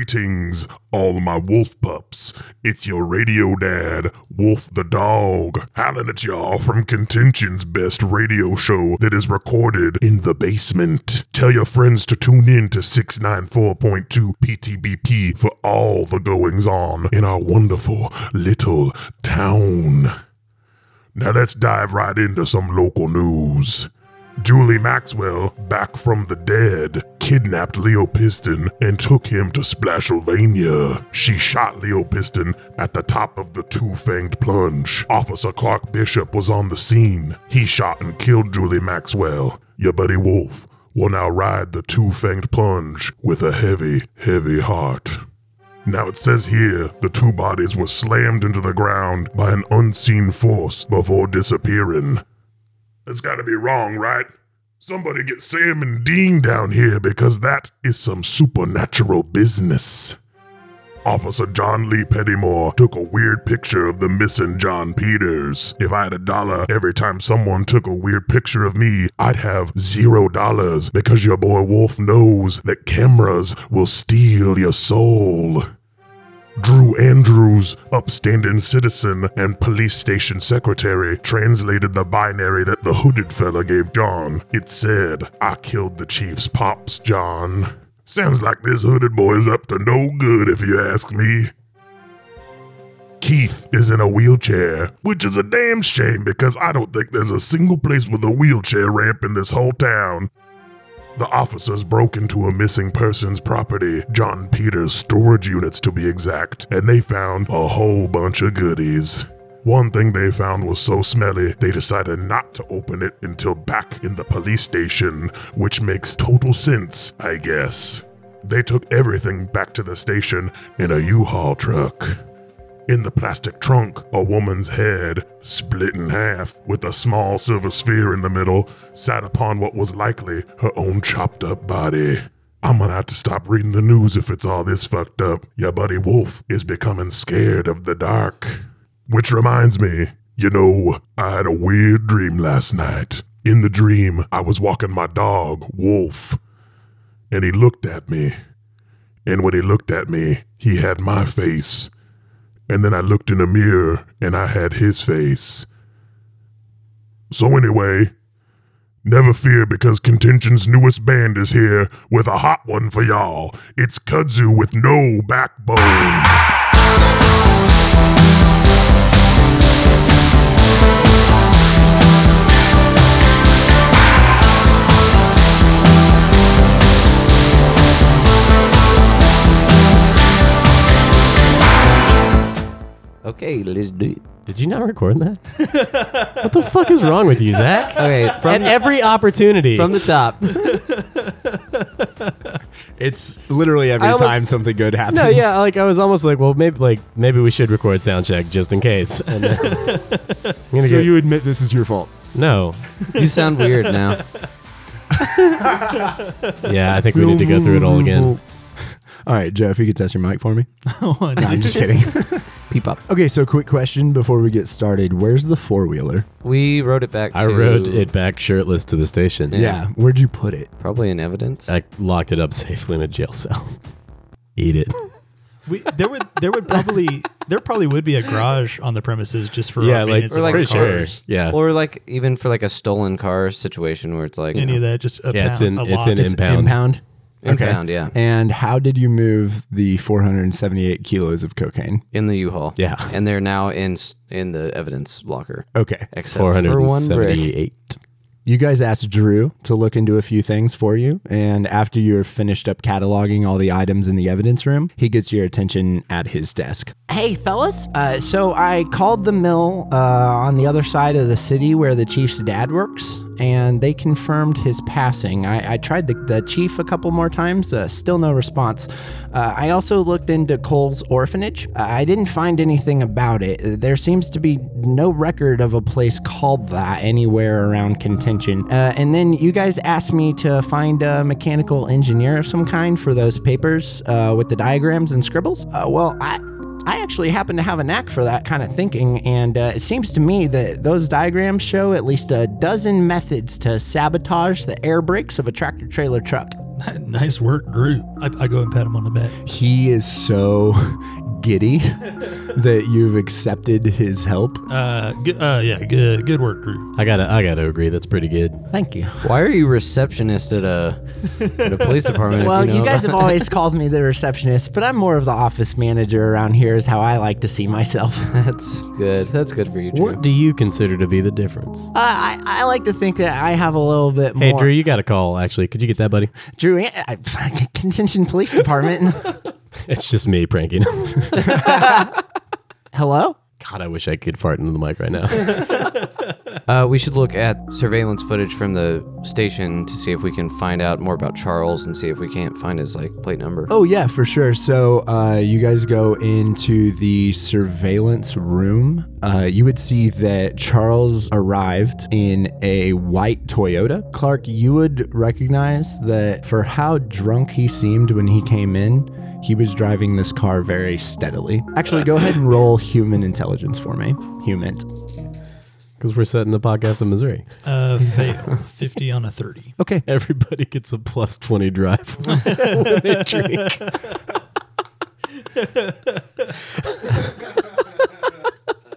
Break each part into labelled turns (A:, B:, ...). A: Greetings, all my wolf pups. It's your radio dad, Wolf the Dog, howling at y'all from Contention's best radio show that is recorded in the basement. Tell your friends to tune in to 694.2 PTBP for all the goings on in our wonderful little town. Now let's dive right into some local news. Julie Maxwell, back from the dead, kidnapped Leo Piston and took him to Splashylvania. She shot Leo Piston at the top of the Two Fanged Plunge. Officer Clark Bishop was on the scene. He shot and killed Julie Maxwell. Your buddy Wolf will now ride the Two Fanged Plunge with a heavy, heavy heart. Now it says here the two bodies were slammed into the ground by an unseen force before disappearing. That's gotta be wrong, right? Somebody get Sam and Dean down here because that is some supernatural business. Officer John Lee Pettymore took a weird picture of the missing John Peters. If I had a dollar every time someone took a weird picture of me, I'd have zero dollars because your boy Wolf knows that cameras will steal your soul. Drew Andrews, upstanding citizen and police station secretary, translated the binary that the hooded fella gave John. It said, I killed the chief's pops, John. Sounds like this hooded boy is up to no good if you ask me. Keith is in a wheelchair, which is a damn shame because I don't think there's a single place with a wheelchair ramp in this whole town. The officers broke into a missing person's property, John Peters' storage units to be exact, and they found a whole bunch of goodies. One thing they found was so smelly, they decided not to open it until back in the police station, which makes total sense, I guess. They took everything back to the station in a U Haul truck. In the plastic trunk, a woman's head, split in half, with a small silver sphere in the middle, sat upon what was likely her own chopped up body. I'm gonna have to stop reading the news if it's all this fucked up. Your buddy Wolf is becoming scared of the dark. Which reminds me, you know, I had a weird dream last night. In the dream, I was walking my dog, Wolf, and he looked at me. And when he looked at me, he had my face and then I looked in the mirror and I had his face. So, anyway, never fear because Contention's newest band is here with a hot one for y'all. It's Kudzu with No Backbone.
B: Okay, let's do it.
C: Did you not record that? what the fuck is wrong with you, Zach?
B: Okay,
C: At
B: from
C: every opportunity.
B: from the top.
D: It's literally every
C: I almost-
D: time something good happens.
C: no, yeah, like I was almost like, well, maybe like maybe we should record sound check just in case. And then- I'm gonna
D: So
C: get-
D: you admit this is your fault.
C: no,
B: You sound weird now.
C: yeah, I think we need to go through it all again.
D: All right, Joe, if you could test your mic for me. no, I'm just kidding.
B: Peep up.
D: okay, so quick question before we get started. Where's the four wheeler?
B: We wrote it back.
C: I
B: to-
C: rode it back shirtless to the station.
B: Yeah.
D: Where'd you put it?
B: Probably in evidence.
C: I locked it up safely in a jail cell. Eat it.
E: We, there would there would probably there probably would be a garage on the premises just for
C: yeah,
E: our
C: like,
E: maintenance
C: for
E: of our
C: pretty sure.
E: cars.
C: Yeah,
B: or like even for like a stolen car situation where it's like you
E: Any
B: know,
E: of that, just a
C: Yeah, it's
E: pound,
C: in-
E: a
C: it's
E: lot.
C: in- Impound.
B: impound,
D: Impound.
B: yeah,
D: And how did you move the 478 kilos of cocaine?
B: in the U-Haul.
C: Yeah. Oh,
B: and they're now in s- in the evidence locker.
D: Okay.
B: Except
C: four hundred
B: for
C: and
B: one brick.
C: seventy-eight.
D: You guys asked Drew to look into a few things for you. And after you're finished up cataloging all the items in the evidence room, he gets your attention at his desk. Hey, fellas. Uh, so I called the mill uh, on the other side of the city where the chief's dad works, and they confirmed his passing. I, I tried the, the chief a couple more times, uh, still no response. Uh, I also looked into Cole's orphanage. Uh, I didn't find anything about it. Uh, There seems to be no record of a place called that anywhere around contention. Uh, and then you guys asked me to find a mechanical engineer of some kind for those papers uh, with the diagrams and scribbles. Uh, well, I. I actually happen to have a knack for that kind of thinking, and uh, it seems to me that those diagrams show at least a dozen methods to sabotage the air brakes of a tractor trailer truck.
E: nice work, Drew. I, I go and pat him on the back.
D: He is so giddy that you've accepted his help.
E: Uh, good, uh, yeah, good, good work, Drew.
C: I gotta, I gotta agree. That's pretty good.
D: Thank you.
B: Why are you receptionist at a at a police department? if
D: Well,
B: you,
D: you,
B: know
D: guys have always called me the receptionist, but I'm more of the office manager around here, is how I like to see myself. Uh,
B: That's good. That's good for you, Drew.
C: What do you consider to be the difference?
D: I, I like to think that I have a little bit more.
C: Hey, Drew, you got a call. Actually, could you get that, buddy?
D: Drew, eh, I, I- Contention Police Department.
C: It's just me pranking. him.
D: Hello?
C: God, I wish I could fart into the mic right now.
B: Uh, we should look at surveillance footage from the station to see if we can find out more about Charles and see if we can't find his like plate number.
D: Oh yeah, for sure. So uh, you guys go into the surveillance room. Uh, you would see that Charles arrived in a white Toyota. Clark, you would recognize that for how drunk he seemed when he came in, he was driving this car very steadily. Actually, go ahead and roll human intelligence for me. Human.
C: Because we're setting the podcast in Missouri.
E: Uh, fail. 50 on a 30.
D: Okay.
C: Everybody gets a plus 20 drive when they drink.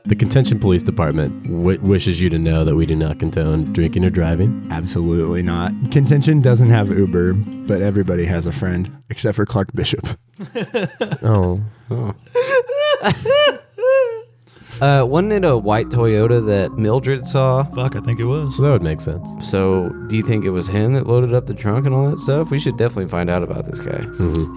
C: the Contention Police Department w- wishes you to know that we do not condone drinking or driving.
D: Absolutely not. Contention doesn't have Uber, but everybody has a friend, except for Clark Bishop.
C: Oh.
B: Uh, wasn't it a white Toyota that Mildred saw?
E: Fuck, I think it was.
C: So that would make sense.
B: So, do you think it was him that loaded up the trunk and all that stuff? We should definitely find out about this guy.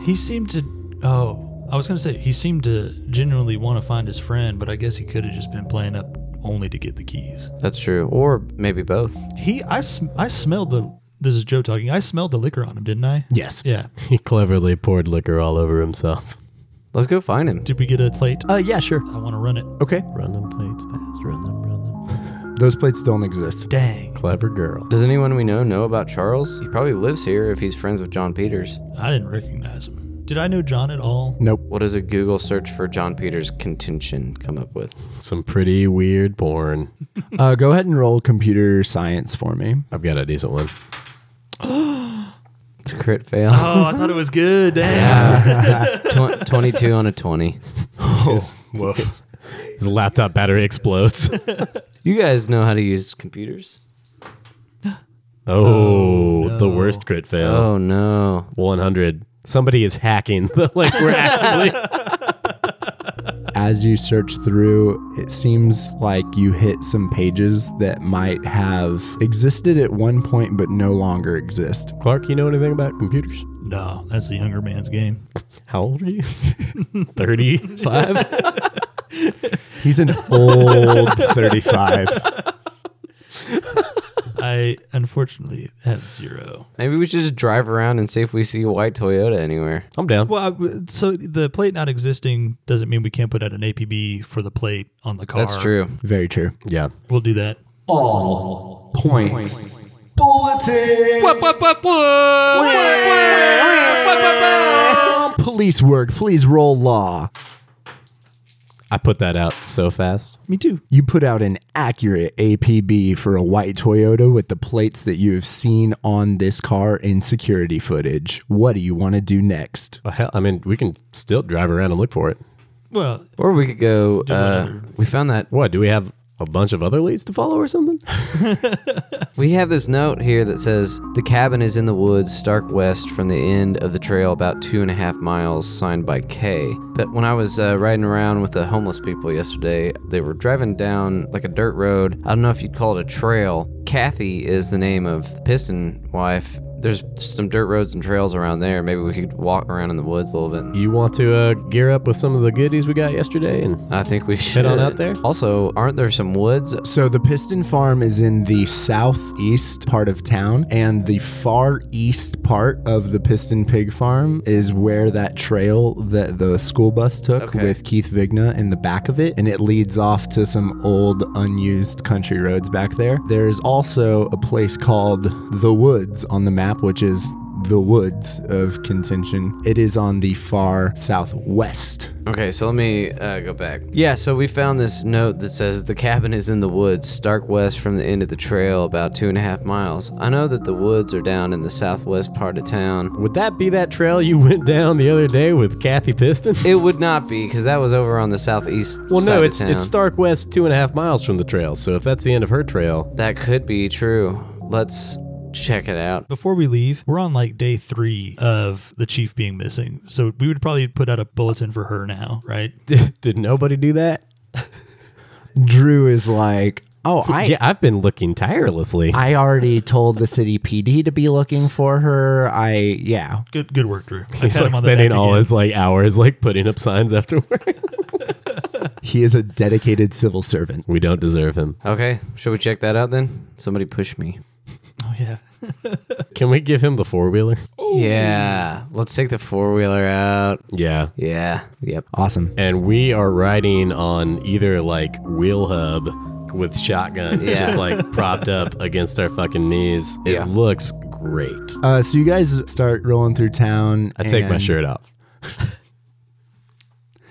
E: He seemed to. Oh, I was going to say, he seemed to genuinely want to find his friend, but I guess he could have just been playing up only to get the keys.
B: That's true, or maybe both.
E: He, I, sm- I smelled the. This is Joe talking. I smelled the liquor on him, didn't I?
D: Yes.
E: Yeah.
C: He cleverly poured liquor all over himself.
B: Let's go find him.
E: Did we get a plate?
D: Uh, yeah, sure.
E: I want to run it.
D: Okay.
C: Run them plates fast, run them, run them.
D: Those plates don't exist.
E: Dang.
C: Clever girl.
B: Does anyone we know know about Charles? He probably lives here if he's friends with John Peters.
E: I didn't recognize him. Did I know John at all?
D: Nope.
B: What does a Google search for John Peters contention come up with?
C: Some pretty weird porn.
D: Uh, go ahead and roll computer science for me.
C: I've got a decent one.
B: It's a crit fail.
E: Oh, I thought it was good. Dang.
B: Tw- 22 on a 20.
C: His, his, his laptop battery explodes.
B: You guys know how to use computers?
C: Oh, the worst crit fail.
B: Oh no.
C: 100. Somebody is hacking. like we're actively.
D: As you search through, it seems like you hit some pages that might have existed at one point but no longer exist.
C: Clark, you know anything about computers?
E: No, that's a younger man's game.
C: How old are you? 35.
D: He's an old 35.
E: I unfortunately have zero.
B: Maybe we should just drive around and see if we see a white Toyota anywhere.
C: I'm down.
E: Well, I w so the plate not existing doesn't mean we can't put out an APB for the plate on the car.
B: That's true.
D: Very true.
C: Yeah.
E: We'll do that.
D: Points. Bulletin. Police work. Please roll law.
C: I put that out so fast.
E: Me too.
D: You put out an accurate APB for a white Toyota with the plates that you have seen on this car in security footage. What do you want to do next?
C: Well, hell, I mean, we can still drive around and look for it.
E: Well,
B: Or we could go uh, we found that
C: What? Do we have a bunch of other leads to follow or something?
B: we have this note here that says the cabin is in the woods stark west from the end of the trail about two and a half miles signed by K. But when I was uh, riding around with the homeless people yesterday, they were driving down like a dirt road. I don't know if you'd call it a trail. Kathy is the name of the piston wife. There's some dirt roads and trails around there. Maybe we could walk around in the woods a little bit.
C: You want to uh, gear up with some of the goodies we got yesterday? And
B: I think we should
C: on out there?
B: Also, aren't there some woods?
D: So, the Piston Farm is in the southeast part of town, and the far east part of the Piston Pig Farm is where that trail that the school bus took
B: Okay.
D: with Keith Vigna in the back of it, and it leads off to some old unused country roads back there. There's also a place called The Woods on the map, which is the woods of contention. It is on the far southwest.
B: Okay, so let me uh, go back. Yeah, so we found this note that says the cabin is in the woods, stark west from the end of the trail, about two and a half miles. I know that the woods are down in the southwest part of town.
C: Would that be that trail you went down the other day with Kathy Piston?
B: It would not be because that was over on the southeast.
C: Well,
B: side
C: no,
B: of
C: it's
B: town.
C: it's Stark West two and a half miles from the trail. So if that's the end of her trail,
B: that could be true. Let's check it out.
E: Before we leave, we're on like day three of the chief being missing. So we would probably put out a bulletin for her now, right?
C: did nobody do that?
D: Drew is like, oh, I.
C: yeah, I've been looking tirelessly.
D: I already told the city PD to be looking for her. I yeah.
E: Good good work, Drew. I
C: He's
E: pat
C: like
E: him on the
C: spending
E: back
C: all
E: again.
C: his like hours like putting up signs after work.
D: He is a dedicated civil servant.
C: we don't deserve him.
B: Okay, should we check that out then? Somebody push me.
E: Oh, yeah.
C: Can we give him the four wheeler?
B: Yeah, let's take the four wheeler out.
C: Yeah.
B: Yeah, yep.
D: Awesome.
C: And we are riding on either like wheel hub with shotguns
B: Yeah.
C: just like propped up against our fucking knees. It
B: Yeah.
C: looks great.
D: Uh, so you guys start rolling through town.
C: I take my
D: and-
C: shirt off.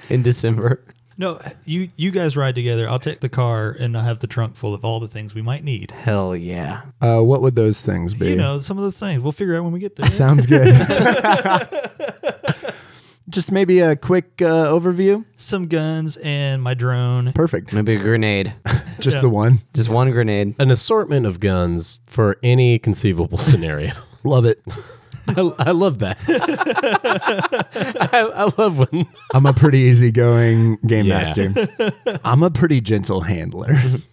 B: In December.
E: No, you you guys ride together. I'll take the car and I'll have the trunk full of all the things we might need.
B: Hell yeah.
D: Uh, what would those things be?
E: You know, some of those things. We'll figure out when we get there.
D: Sounds good. Just maybe a quick uh, overview.
E: some guns and my drone.
D: Perfect.
B: Maybe a grenade.
D: Just the one.
B: Just one grenade.
C: An assortment of guns for any conceivable scenario.
D: Love it.
C: I, I love that. I, I love when
D: I'm a pretty easygoing game
C: Yeah.
D: master. I'm a pretty gentle handler.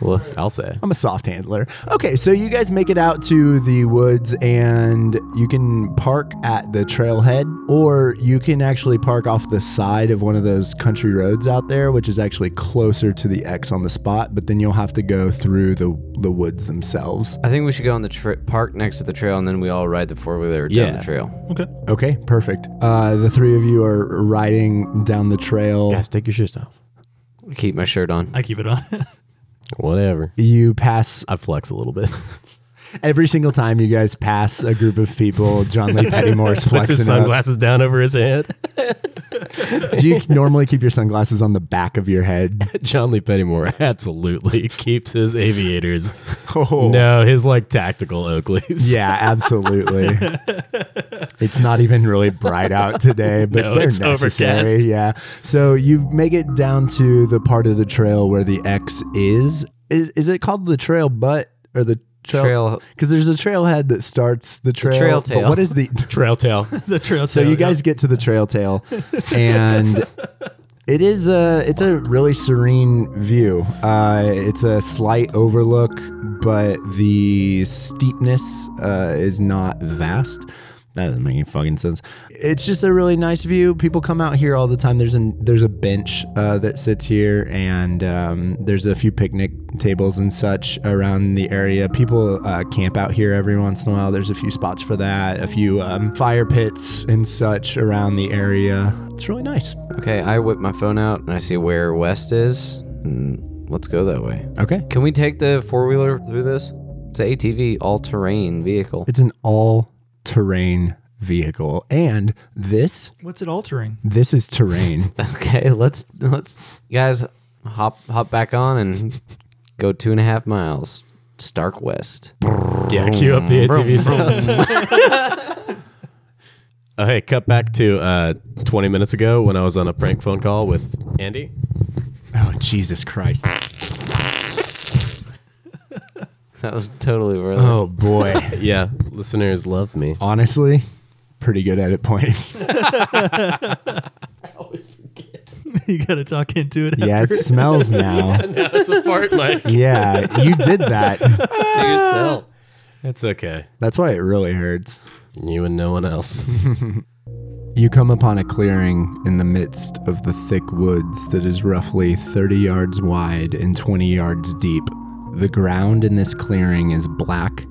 C: well, I'll say.
D: I'm a soft handler. Okay, so you guys make it out to the woods and you can park at the trailhead or you can actually park off the side of one of those country roads out there, which is actually closer to the X on the spot, but then you'll have to go through the, the woods themselves.
B: I think we should go on the tri- park next to the trail and then we all ride the four wheeler down
C: Yeah.
B: the trail.
E: Okay.
D: Okay, perfect. Uh, the three of you are riding down the trail.
C: take your shoes off.
B: Keep my shirt on.
E: I keep it on.
C: Whatever.
D: You pass
C: I flex a little bit.
D: every single time you guys pass a group of people. John Lee
C: Puts
D: Pettymore's
C: his
D: flexing. up.
C: sunglasses down over his head.
D: Do you normally keep your sunglasses on the back of your head?
C: John Lee Pennymore absolutely keeps his aviators.
D: Oh.
C: No, his like tactical Oakleys.
D: Yeah, absolutely. it's not even really bright out today, but
C: No,
D: they're
C: it's
D: necessary.
C: overcast.
D: Yeah. So you make it down to the part of the trail where the X is. Is is it called the trail butt or the trail?
B: Trail-
D: Because there's a trailhead that starts the trail.
B: trail
D: but
B: tail.
D: what is the?
C: Trail tail.
E: the trail.
D: So you guys get to the trail tail, and it is a it's a really serene view. Uh, it's a slight overlook, but the steepness uh, is not vast. That doesn't make any fucking sense. It's just a really nice view. People come out here all the time. There's an there's a bench uh, that sits here, and um, there's a few picnic tables and such around the area. People uh, camp out here every once in a while. There's a few spots for that, a few um, fire pits and such around the area. It's really nice.
B: Okay, I whip my phone out and I see where West is. And let's go that way.
D: Okay.
B: Can we take the four wheeler through this? It's an ATV, all terrain vehicle.
D: It's an all-terrain vehicle, and this
E: What's it altering?
D: this is terrain.
B: Okay, let's let's guys hop hop back on and go two and a half miles. Stark West.
C: Yeah, cue up the ATV sounds. oh, hey, cut back to uh, 20 minutes ago when I was on a prank phone call with Andy.
D: oh Jesus Christ!
B: That was totally really
D: Oh boy.
C: Yeah, listeners love me.
D: Honestly, pretty good edit point.
E: you got to talk into it.
D: Yeah, it smells now.
C: That's a fart mic.
D: Yeah, you did that.
B: to yourself.
C: That's okay.
D: That's why it really hurts.
C: You and no one else.
D: You come upon a clearing in the midst of the thick woods that is roughly 30 yards wide and 20 yards deep. The ground in this clearing is black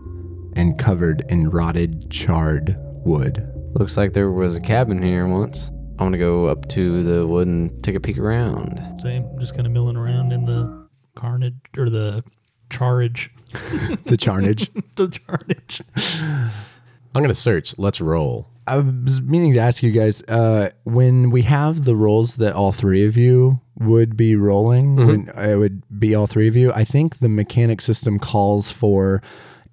D: and covered in rotted, charred wood.
B: Looks like there was a cabin here once. I want to go up to the wood and take a peek around.
E: Same. Just kind of milling around in the carnage or the charge.
D: The charnage.
E: the charnage.
C: I'm gonna search. Let's roll.
D: I was meaning to ask you guys uh, when we have the roles that all three of you would be rolling,
C: Mm-hmm.
D: when uh, it would be all three of you. I think the mechanic system calls for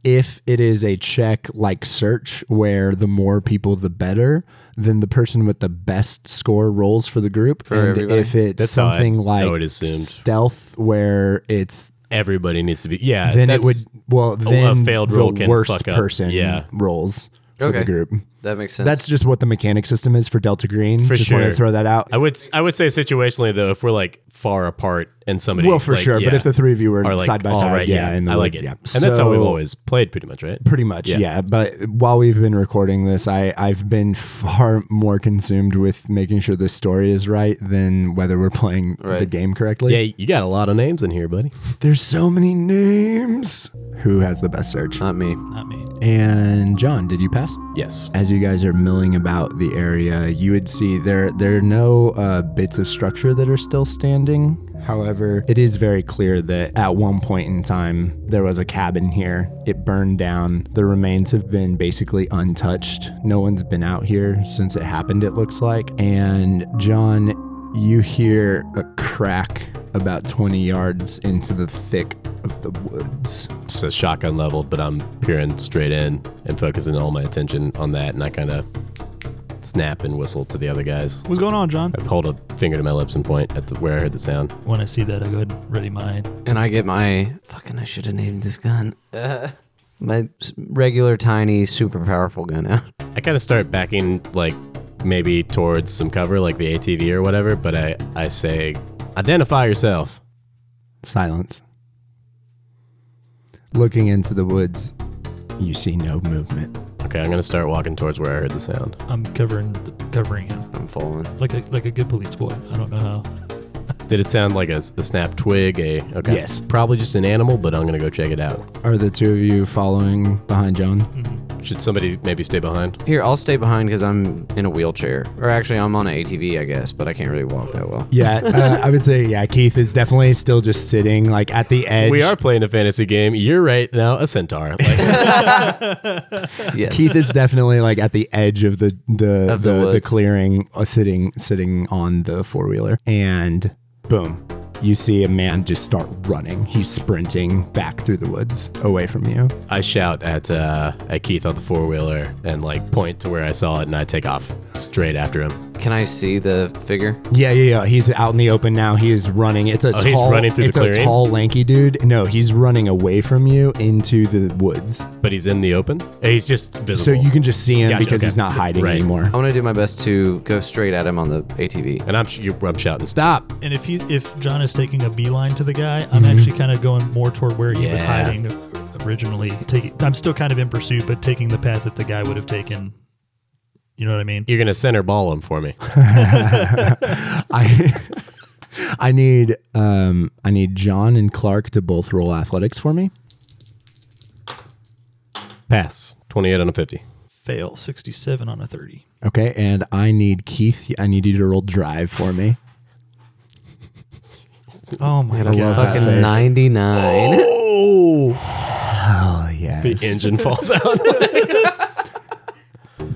D: if it is a check like search where the more people the better, then the person with the best score rolls for the group. and
B: everybody?
D: if it's
C: That's how I-
D: something
C: I would
D: like
C: assumed.
D: stealth where it's
C: Everybody needs to be. Yeah.
D: then it would
C: Uh, that's-
D: well then
C: failed
D: the
C: roll can
D: worst
C: fuck up.
D: person
C: Yeah.
D: rolls for
B: Okay.
D: the group.
B: That makes sense.
D: That's just what the mechanic system is for Delta Green.
C: For
D: just want
C: sure.
D: to throw that out.
C: I would. s- I would say situationally though, if we're like far apart and somebody.
D: well, for
C: like,
D: sure.
C: yeah,
D: But if the three of you were
C: are like
D: side by
C: all
D: side,
C: right,
D: yeah, in the
C: I like
D: wood,
C: it.
D: yeah.
C: And that's how we've
D: So,
C: always played, pretty much, right?
D: Pretty much,
C: Yeah.
D: yeah. But while we've been recording this, I I've been far more consumed with making sure the story is right than whether we're playing the
B: Right.
D: game correctly.
C: Yeah, you got a lot of names in here, buddy.
D: There's so many names. Who has the best search?
C: Uh,
B: not me.
E: Not me.
D: and John, did you pass?
C: Yes.
D: As you guys are milling about the area, you would see there there are no uh, bits of structure that are still standing. However, it is very clear that at one point in time there was a cabin here. It burned down. The remains have been basically untouched. No one's been out here since it happened. It looks like. And John, you hear a crack about 20 yards into the thick of the woods.
C: So shotgun leveled, but I'm peering straight in and focusing all my attention on that, and I kind of snap and whistle to the other guys.
E: What's going on, John?
C: I hold a finger to my lips and point at the, where I heard the sound.
E: When I see that, I go ahead and ready my
B: And I get my fucking. I should have named this gun. Uh, my s- regular tiny super powerful gun out.
C: I kind of start backing, like maybe towards some cover, like the ATV or whatever. But I, I say, identify yourself.
D: Silence. Looking into the woods, you see no movement.
C: Okay, I'm gonna start walking towards where I heard the sound.
E: I'm covering the, covering him
B: I'm falling.
E: like a like a good police boy. I don't know how.
C: Did it sound like a, a snap twig? A okay.
D: Yes.
C: Probably just an animal, but I'm gonna go check it out.
D: Are the two of you following behind
C: Mm-hmm.
D: John?
C: Should somebody maybe stay behind?
B: Here, I'll stay behind because I'm in a wheelchair. Or actually, I'm on an ATV, I guess, but I can't really walk that well.
D: Yeah, uh, I would say yeah. Keith is definitely still just sitting like at the edge.
C: We are playing a fantasy game. You're right now, a centaur. Like,
B: Yes.
D: Keith is definitely like at the edge of the the
B: Of the
D: the, the,
B: woods.
D: clearing, uh, sitting sitting on the four wheeler, and boom, you see a man just start running. He's sprinting back through the woods away from you.
C: I shout at uh, at Keith on the four wheeler and like point to where I saw it, and I take off straight after him.
B: Can I see the figure?
D: Yeah, yeah, yeah. He's out in the open now. He is running. It's a
C: Oh,
D: tall,
C: he's running through the
D: it's a
C: clearing?
D: tall, lanky dude. No, he's running away from you into the woods.
C: But he's in the open. He's just
D: So
C: visible.
D: you can just see him
C: Gotcha,
D: because
C: okay.
D: he's not hiding
C: Right.
D: anymore.
B: I want to do my best to go straight at him on the ATV.
C: and I'm sh- you- I'm shouting, stop.
E: And if you if John is taking a beeline to the guy, I'm actually kind of going more toward where he was
C: Yeah.
E: hiding originally. Taking, I'm still kind of in pursuit, but taking the path that the guy would have taken. You know what I mean?
C: You're gonna center ball him for me.
D: I I need um I need John and Clark to both roll athletics for me.
C: Pass. Twenty eight on a fifty.
E: Fail 67 on a 30.
D: Okay, and I need Keith. I need you to roll drive for me.
E: Oh my
B: I
E: god!
B: fucking 99.
C: Oh,
D: Oh
C: the
D: yes.
C: engine falls out.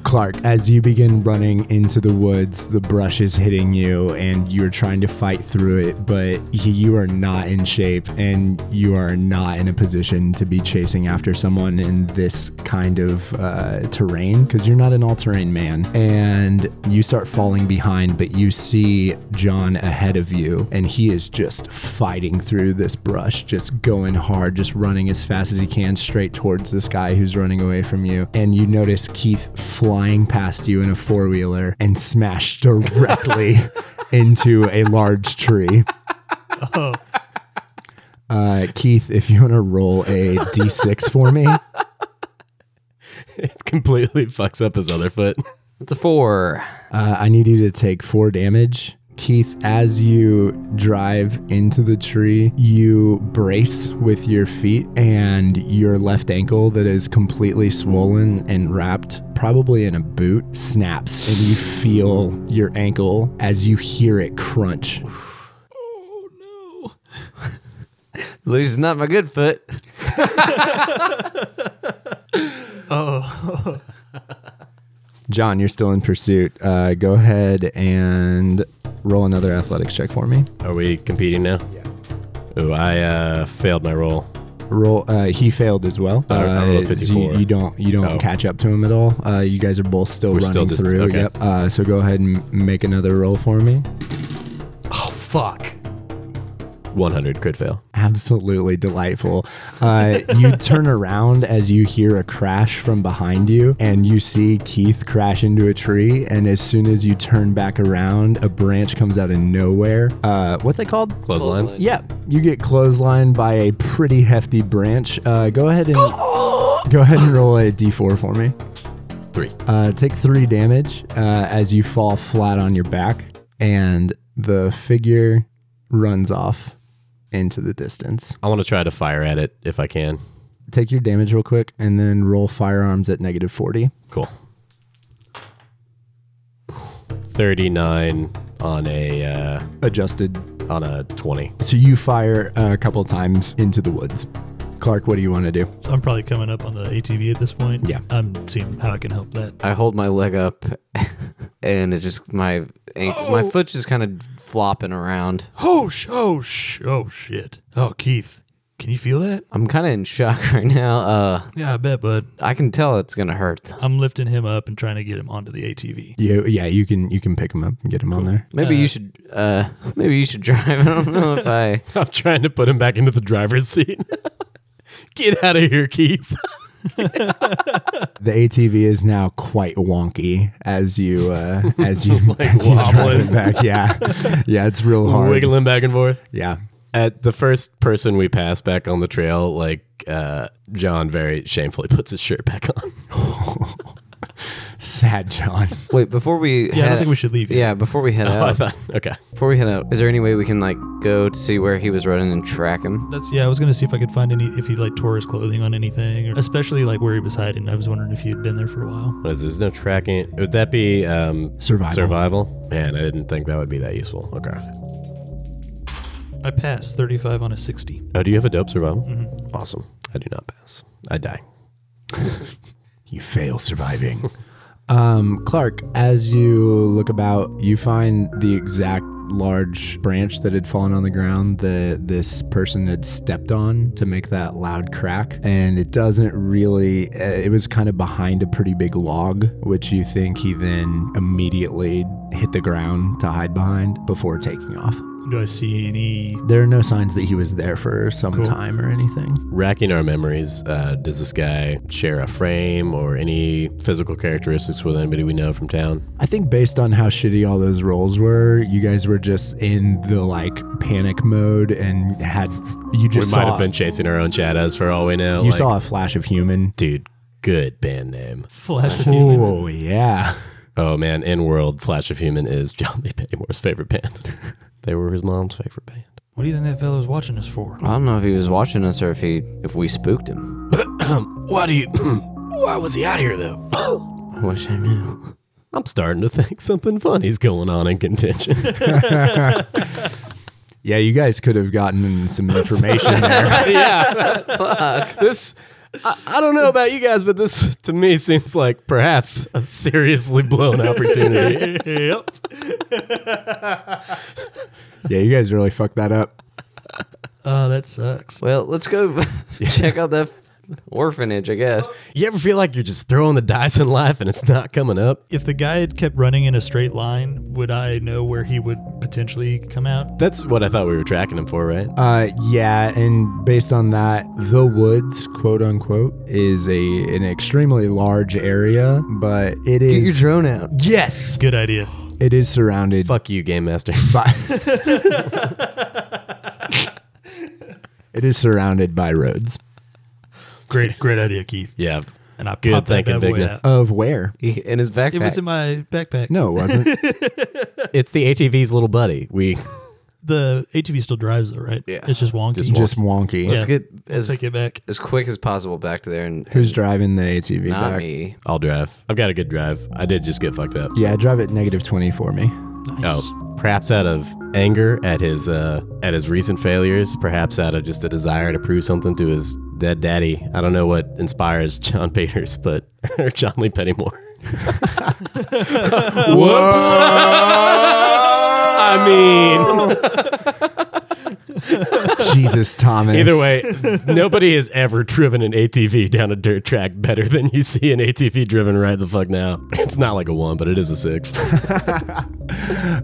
D: Clark, as you begin running into the woods, the brush is hitting you and you're trying to fight through it, but y- you are not in shape and you are not in a position to be chasing after someone in this kind of uh, terrain because you're not an all terrain man. And you start falling behind, but you see John ahead of you and he is just fighting through this brush, just going hard, just running as fast as he can straight towards this guy who's running away from you. And you notice Keith flying past you in a four wheeler and smashed directly into a large tree. Uh, Keith, if you want to roll a d6 for me,
C: it completely fucks up his other foot.
B: It's a four.
D: Uh, I need you to take four damage. Keith, as you drive into the tree, you brace with your feet and your left ankle that is completely swollen and wrapped, probably in a boot, snaps, and you feel your ankle as you hear it crunch.
B: Lucy's not my good foot.
D: John, you're still in pursuit. Uh, go ahead and roll another athletics check for me.
C: Are we competing now? Yeah. Ooh, I uh, failed my roll.
D: Roll. Uh, he failed as well.
C: I- I rolled
D: Uh, so
C: 54.
D: You, you don't. You don't
C: Oh.
D: catch up to him at all. Uh, you guys are both still running
C: still just-
D: through.
C: okay.
D: Yep. Uh, so go ahead and make another roll for me.
E: Oh, fuck.
C: 100 crit fail.
D: absolutely delightful. Uh, you turn around as you hear a crash from behind you, and you see Keith crash into a tree. And as soon as you turn back around, a branch comes out of nowhere. Uh, what's it called?
C: Clotheslines.
D: Yeah, you get clotheslined by a pretty hefty branch. Uh, go ahead and go ahead and roll a d4 for me.
C: Three.
D: Uh, take three damage uh, as you fall flat on your back, and the figure runs off into the distance.
C: I want to try to fire at it if I can.
D: Take your damage real quick, and then roll firearms at negative forty.
C: Cool. 39 on a uh,
D: Adjusted.
C: on a 20.
D: So you fire a couple times into the woods. Clark, what do you want to do?
E: So I'm probably coming up on the ATV at this point.
D: Yeah.
E: I'm seeing how I can help that.
B: I hold my leg up, and it's just my ankle, my foot's just kind of flopping around.
E: Oh, sh- oh, sh- oh, shit. Oh, Keith, can you feel that?
B: I'm kind of in shock right now. Uh,
E: Yeah, I bet, bud.
B: I can tell it's gonna hurt.
E: I'm lifting him up and trying to get him onto the ATV.
D: You, yeah, you can you can pick him up and get him on there.
B: Maybe you should. Uh, maybe you should drive. I don't know if I.
C: I'm trying to put him back into the driver's seat. Get out of here, Keith.
D: The ATV is now quite wonky as you uh, as you,
C: It's like
D: as you drive
C: wobbling.
D: it back. Yeah, yeah, it's real hard.
C: Wiggling back and forth.
D: Yeah,
C: At the first person we pass back on the trail, like uh, John very shamefully puts his shirt back on.
D: sad John.
B: Wait, before we.
E: Yeah, I don't think we should leave. yet. Oh,
B: Yeah, before we head
C: I
B: out.
C: thought, okay.
B: Before we head out, is there any way we can like go to see where he was running and track him?
E: That's yeah. I was gonna see if I could find any if he like tore his clothing on anything, or especially like where he was hiding. I was wondering if he had been there for a while.
C: What is this? No tracking. Would that be um,
D: Survival.
C: Survival. Man, I didn't think that would be that useful. Okay.
E: I passed 35 on a 60.
C: Oh, do you have a dope survival? Awesome. I do not pass. I die.
D: You fail surviving. um, Clark, as you look about, you find the exact large branch that had fallen on the ground that this person had stepped on to make that loud crack. And it doesn't really, uh, it was kind of behind a pretty big log, which you think he then immediately hit the ground to hide behind before taking off.
E: Do I see any?
D: There are no signs that he was there for some time or anything.
C: Racking our memories, uh, does this guy share a frame or any physical characteristics with anybody we know from town?
D: I think based on how shitty all those rolls were, you guys were just in the like panic mode and had you
C: We
D: just
C: might
D: saw,
C: have been chasing our own shadows for all we know.
D: you
C: like-
D: saw a flash of human.
C: dude. Good band name.
E: Flash of human.
D: Oh yeah.
C: Oh man, in world, Flash of Human is John Lee Paymore's favorite band. they were his mom's favorite band.
E: What do you think that fellow was watching us for?
B: I don't know if he was watching us or if he if we spooked him.
C: Why do you? why was he out here though?
B: I wish I knew.
C: I'm starting to think something funny's going on in contention.
D: Yeah, you guys could have gotten some information there.
C: yeah. This, I, I don't know about you guys, but this to me seems like perhaps a seriously blown opportunity.
E: yep.
D: Yeah, you guys really fucked that up.
E: Oh, that sucks.
B: Well, let's go check out the orphanage, I guess.
C: you ever feel like you're just throwing the dice in life and it's not coming up?
E: If the guy had kept running in a straight line, would I know where he would potentially come out?
C: That's what I thought we were tracking him for, right?
D: Uh yeah, and based on that, the woods, quote unquote, is a an extremely large area, but it is
B: drone out.
C: Yes.
E: Good idea.
D: it is surrounded
C: Fuck you, game master.
D: by It is surrounded by roads.
E: Great, great idea, Keith.
C: yeah.
E: And I
C: Good
E: popped that
C: thinking,
E: bad boy
C: Vigna.
E: out.
D: Of where?
B: In his
E: It was
B: backpack.
E: in my backpack.
D: No, it wasn't.
C: It's the ATV's little buddy. We
E: The ATV still drives though, right?
B: Yeah.
E: It's just wonky.
D: Just wonky.
B: Let's
E: Yeah.
B: get
E: We'll
B: as
E: take it back.
B: as quick as possible back to there and
D: Who's driving the ATV
B: not
D: back?
B: me.
C: I'll drive. I've got a good drive. I did just get fucked up.
D: Yeah, drive at negative 20 for me.
E: Nice.
C: Oh. perhaps out of anger at his uh, at his recent failures, perhaps out of just a desire to prove something to his dead daddy. I don't know what inspires John Peters, but or John Lee Pettimore. I mean,
D: Jesus, Thomas.
C: either way, nobody has ever driven an ATV down a dirt track better than you see an ATV driven right the fuck now. It's not like a one, but it is a six.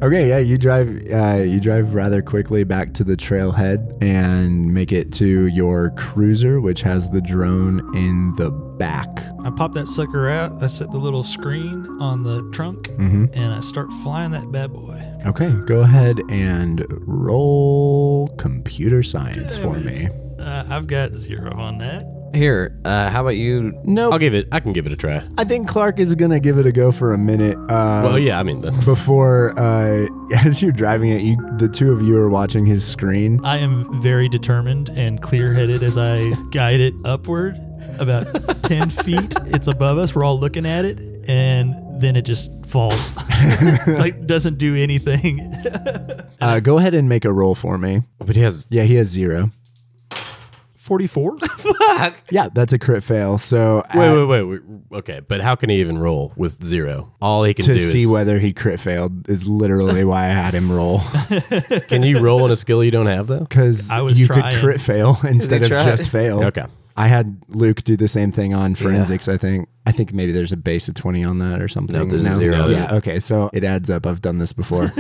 D: Okay, yeah, you drive uh, you drive rather quickly back to the trailhead and make it to your cruiser, which has the drone in the back.
E: I pop that sucker out. I set the little screen on the trunk, and I start flying that bad boy.
D: Okay, go ahead and roll computer science for me.
E: Uh, I've got zero on that.
B: Here, uh, how about you?
D: No,
C: I'll give it. I can give it a try.
D: I think Clark is gonna give it a go for a minute. Uh,
C: Well, yeah, I mean, the,
D: Before, uh, as you're driving it, you the two of you are watching his screen.
C: Uh,
E: I am very determined and clear headed as I guide it upward about 10 feet. It's above us. We're all looking at it. And then it just falls. like, doesn't do anything.
D: Uh, go ahead and make a roll for me.
C: but he has
D: Yeah, he has zero.
E: 44?
D: Yeah, that's a crit fail. So
C: Wait,
D: uh,
C: wait, wait, wait. Okay, but how can he even roll with zero? All he can
D: to
C: do
D: see
C: is
D: whether he crit failed is literally why I had him roll
C: can you roll on a skill you don't have though?
D: because
E: I was
D: you
E: trying.
D: could crit fail instead of
B: tried.
D: just fail.
C: Okay.
D: I had Luke do the same thing on forensics. I think. I think maybe there's a base of twenty on that or something.
B: No, there's a zero. No,
D: yeah. Okay. So it adds up. I've done this before.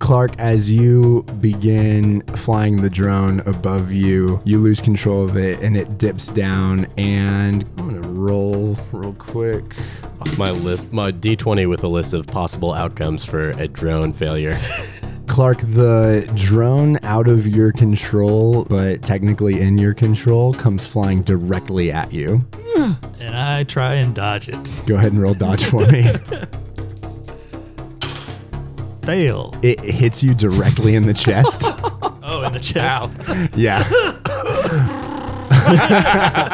D: Clark, as you begin flying the drone above you, you lose control of it and it dips down. And I'm gonna roll real quick.
C: My list, my D twenty with a list of possible outcomes for a drone failure.
D: Clark, the drone out of your control, but technically in your control, comes flying directly at you.
E: And I try and dodge it.
D: Go ahead and roll dodge for me.
E: Fail.
D: It hits you directly in the chest.
E: Oh, in the chest.
D: Yeah.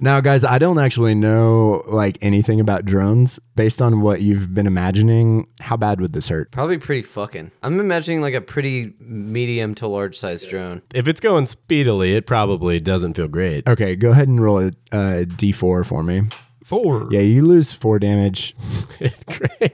D: now, guys, I don't actually know like anything about drones. Based on what you've been imagining, how bad would this hurt?
B: Probably pretty fucking. I'm imagining like a pretty medium to large size drone.
C: if it's going speedily, it probably doesn't feel great.
D: Okay, go ahead and roll a, a d4 for me.
E: Four.
D: Yeah, you lose four damage.
C: It's great.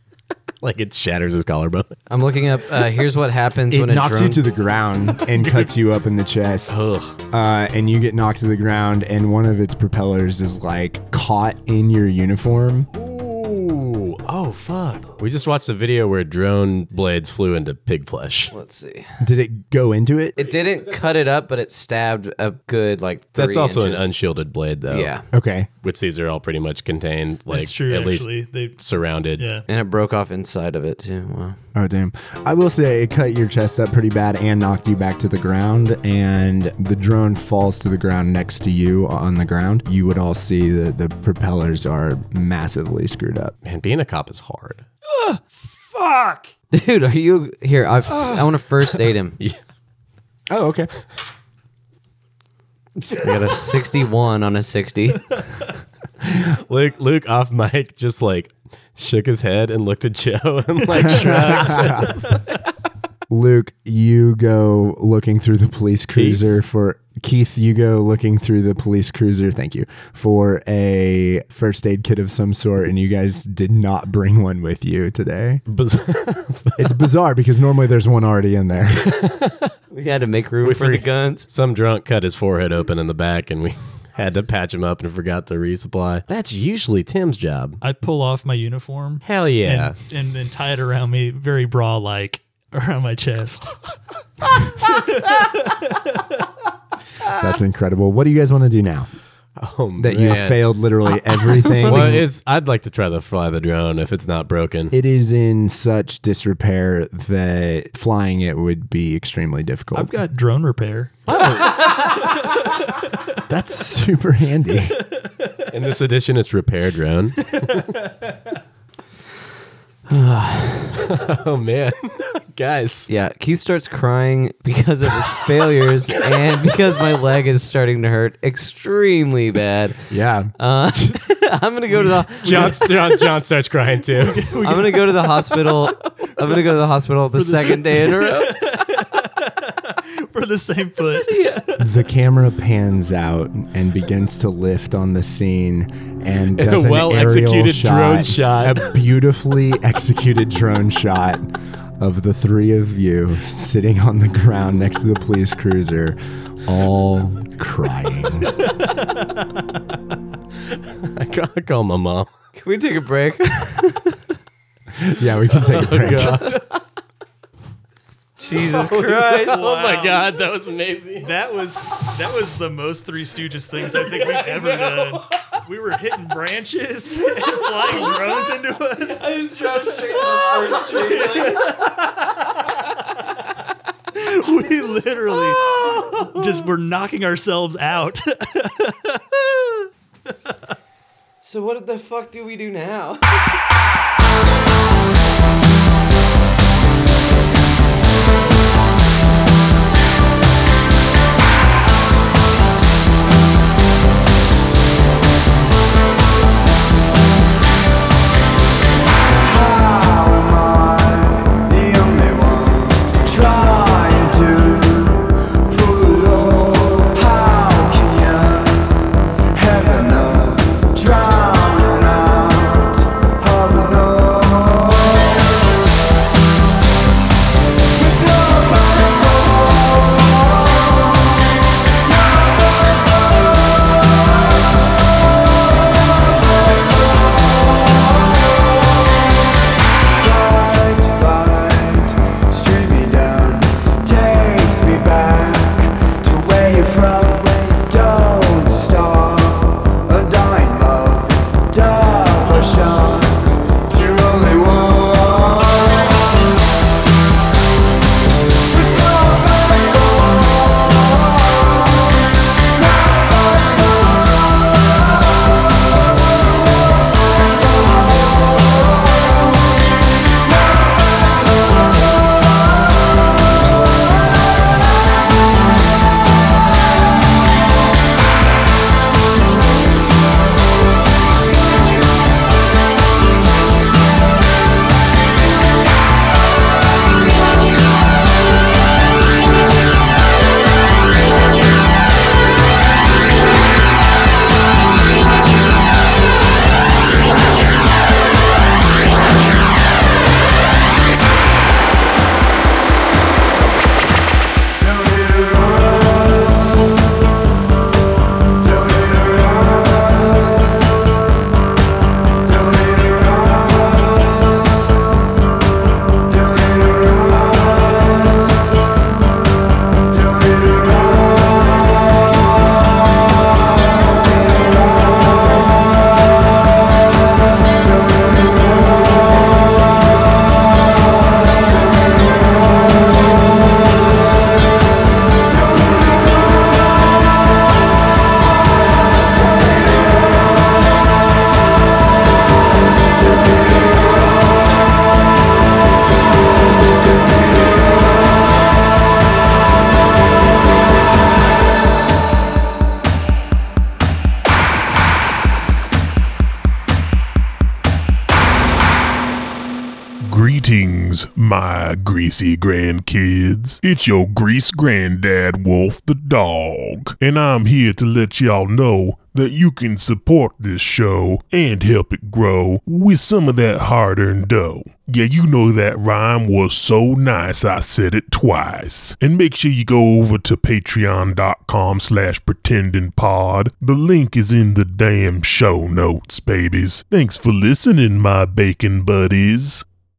C: like it shatters his collarbone.
B: I'm looking up. Uh, here's what happens
D: It
B: when a
D: knocks
B: drone.
D: you to the ground and cuts you up in the chest.
C: Ugh.
D: uh, and you get knocked to the ground, and one of its propellers is like caught in your uniform.
C: Ooh. Oh fuck. We just watched a video where drone blades flew into pig flesh.
B: Let's see.
D: Did it go into it?
B: It didn't cut it up, but it stabbed a good like. Three
C: That's also
B: inches.
C: an unshielded blade though.
B: yeah,
D: Okay.
C: Which these are all pretty much contained, like
E: That's true,
C: at
E: actually.
C: least
E: they,
C: surrounded.
E: yeah.
B: and it broke off inside of it too. Wow.
D: Oh damn! I will say it cut your chest up pretty bad and knocked you back to the ground. And the drone falls to the ground next to you on the ground. You would all see that the propellers are massively screwed up.
C: Man, being a cop is hard.
B: Dude, are you here? I I want to first aid him.
D: Oh okay.
B: I got a 61 on a 60.
C: Luke, Luke off mic just like shook his head and looked at Joe and like shrugged.
D: Luke, you go looking through the police cruiser for Keith. You go looking through the police cruiser. Thank you for a first aid kit of some sort, and you guys did not bring one with you today.
C: Biz-
D: It's bizarre because normally there's one already in there.
B: We had to make room for the guns.
C: Some drunk cut his forehead open in the back and we had to patch him up and forgot to resupply. That's usually Tim's job.
E: I pull off my uniform.
C: Hell yeah.
E: And, and then tie it around me, very bra like, around my chest.
D: That's incredible. What do you guys want to do now
C: oh,
D: that you
C: man.
D: failed literally everything?
C: Well, it's, I'd like to try to fly the drone if it's not broken.
D: it is in such disrepair that flying it would be extremely difficult.
E: I've got drone repair.
D: That's super handy.
C: in this edition, it's repair drone. oh, man. Guys.
B: Yeah, Keith starts crying because of his failures and because my leg is starting to hurt extremely bad.
D: Yeah.
B: Uh, I'm gonna go to the
C: John, John, John starts crying too.
B: I'm gonna go to the hospital I'm gonna go to the hospital the second day in a row.
E: for the same foot.
D: The camera pans out and begins to lift on the scene and
C: a
D: does an
C: well-executed
D: aerial shot,
C: drone shot.
D: a beautifully executed drone shot of the three of you sitting on the ground next to the police cruiser, all crying.
F: I ca- I call my mom.
B: Can we take a break?
D: Yeah, we can take a
C: Oh
D: break.
B: Jesus Christ.
F: Oh my god, that was amazing.
E: That was that was the most Three Stooges things I think we've ever done. We were hitting branches and flying drones into us.
B: I just drove straight to the first tree.
E: We literally just were knocking ourselves out.
B: So what the fuck do we do now?
A: Greetings, my greasy grandkids. It's your grease granddad, Wolf the Dog, and I'm here to let y'all know that you can support this show and help it grow with some of that hard earned dough. Yeah, you know that rhyme was so nice I said it twice. And make sure you go over to patreon.com slash pretendingpod. The link is in the damn show notes, babies. Thanks for listening, my bacon buddies.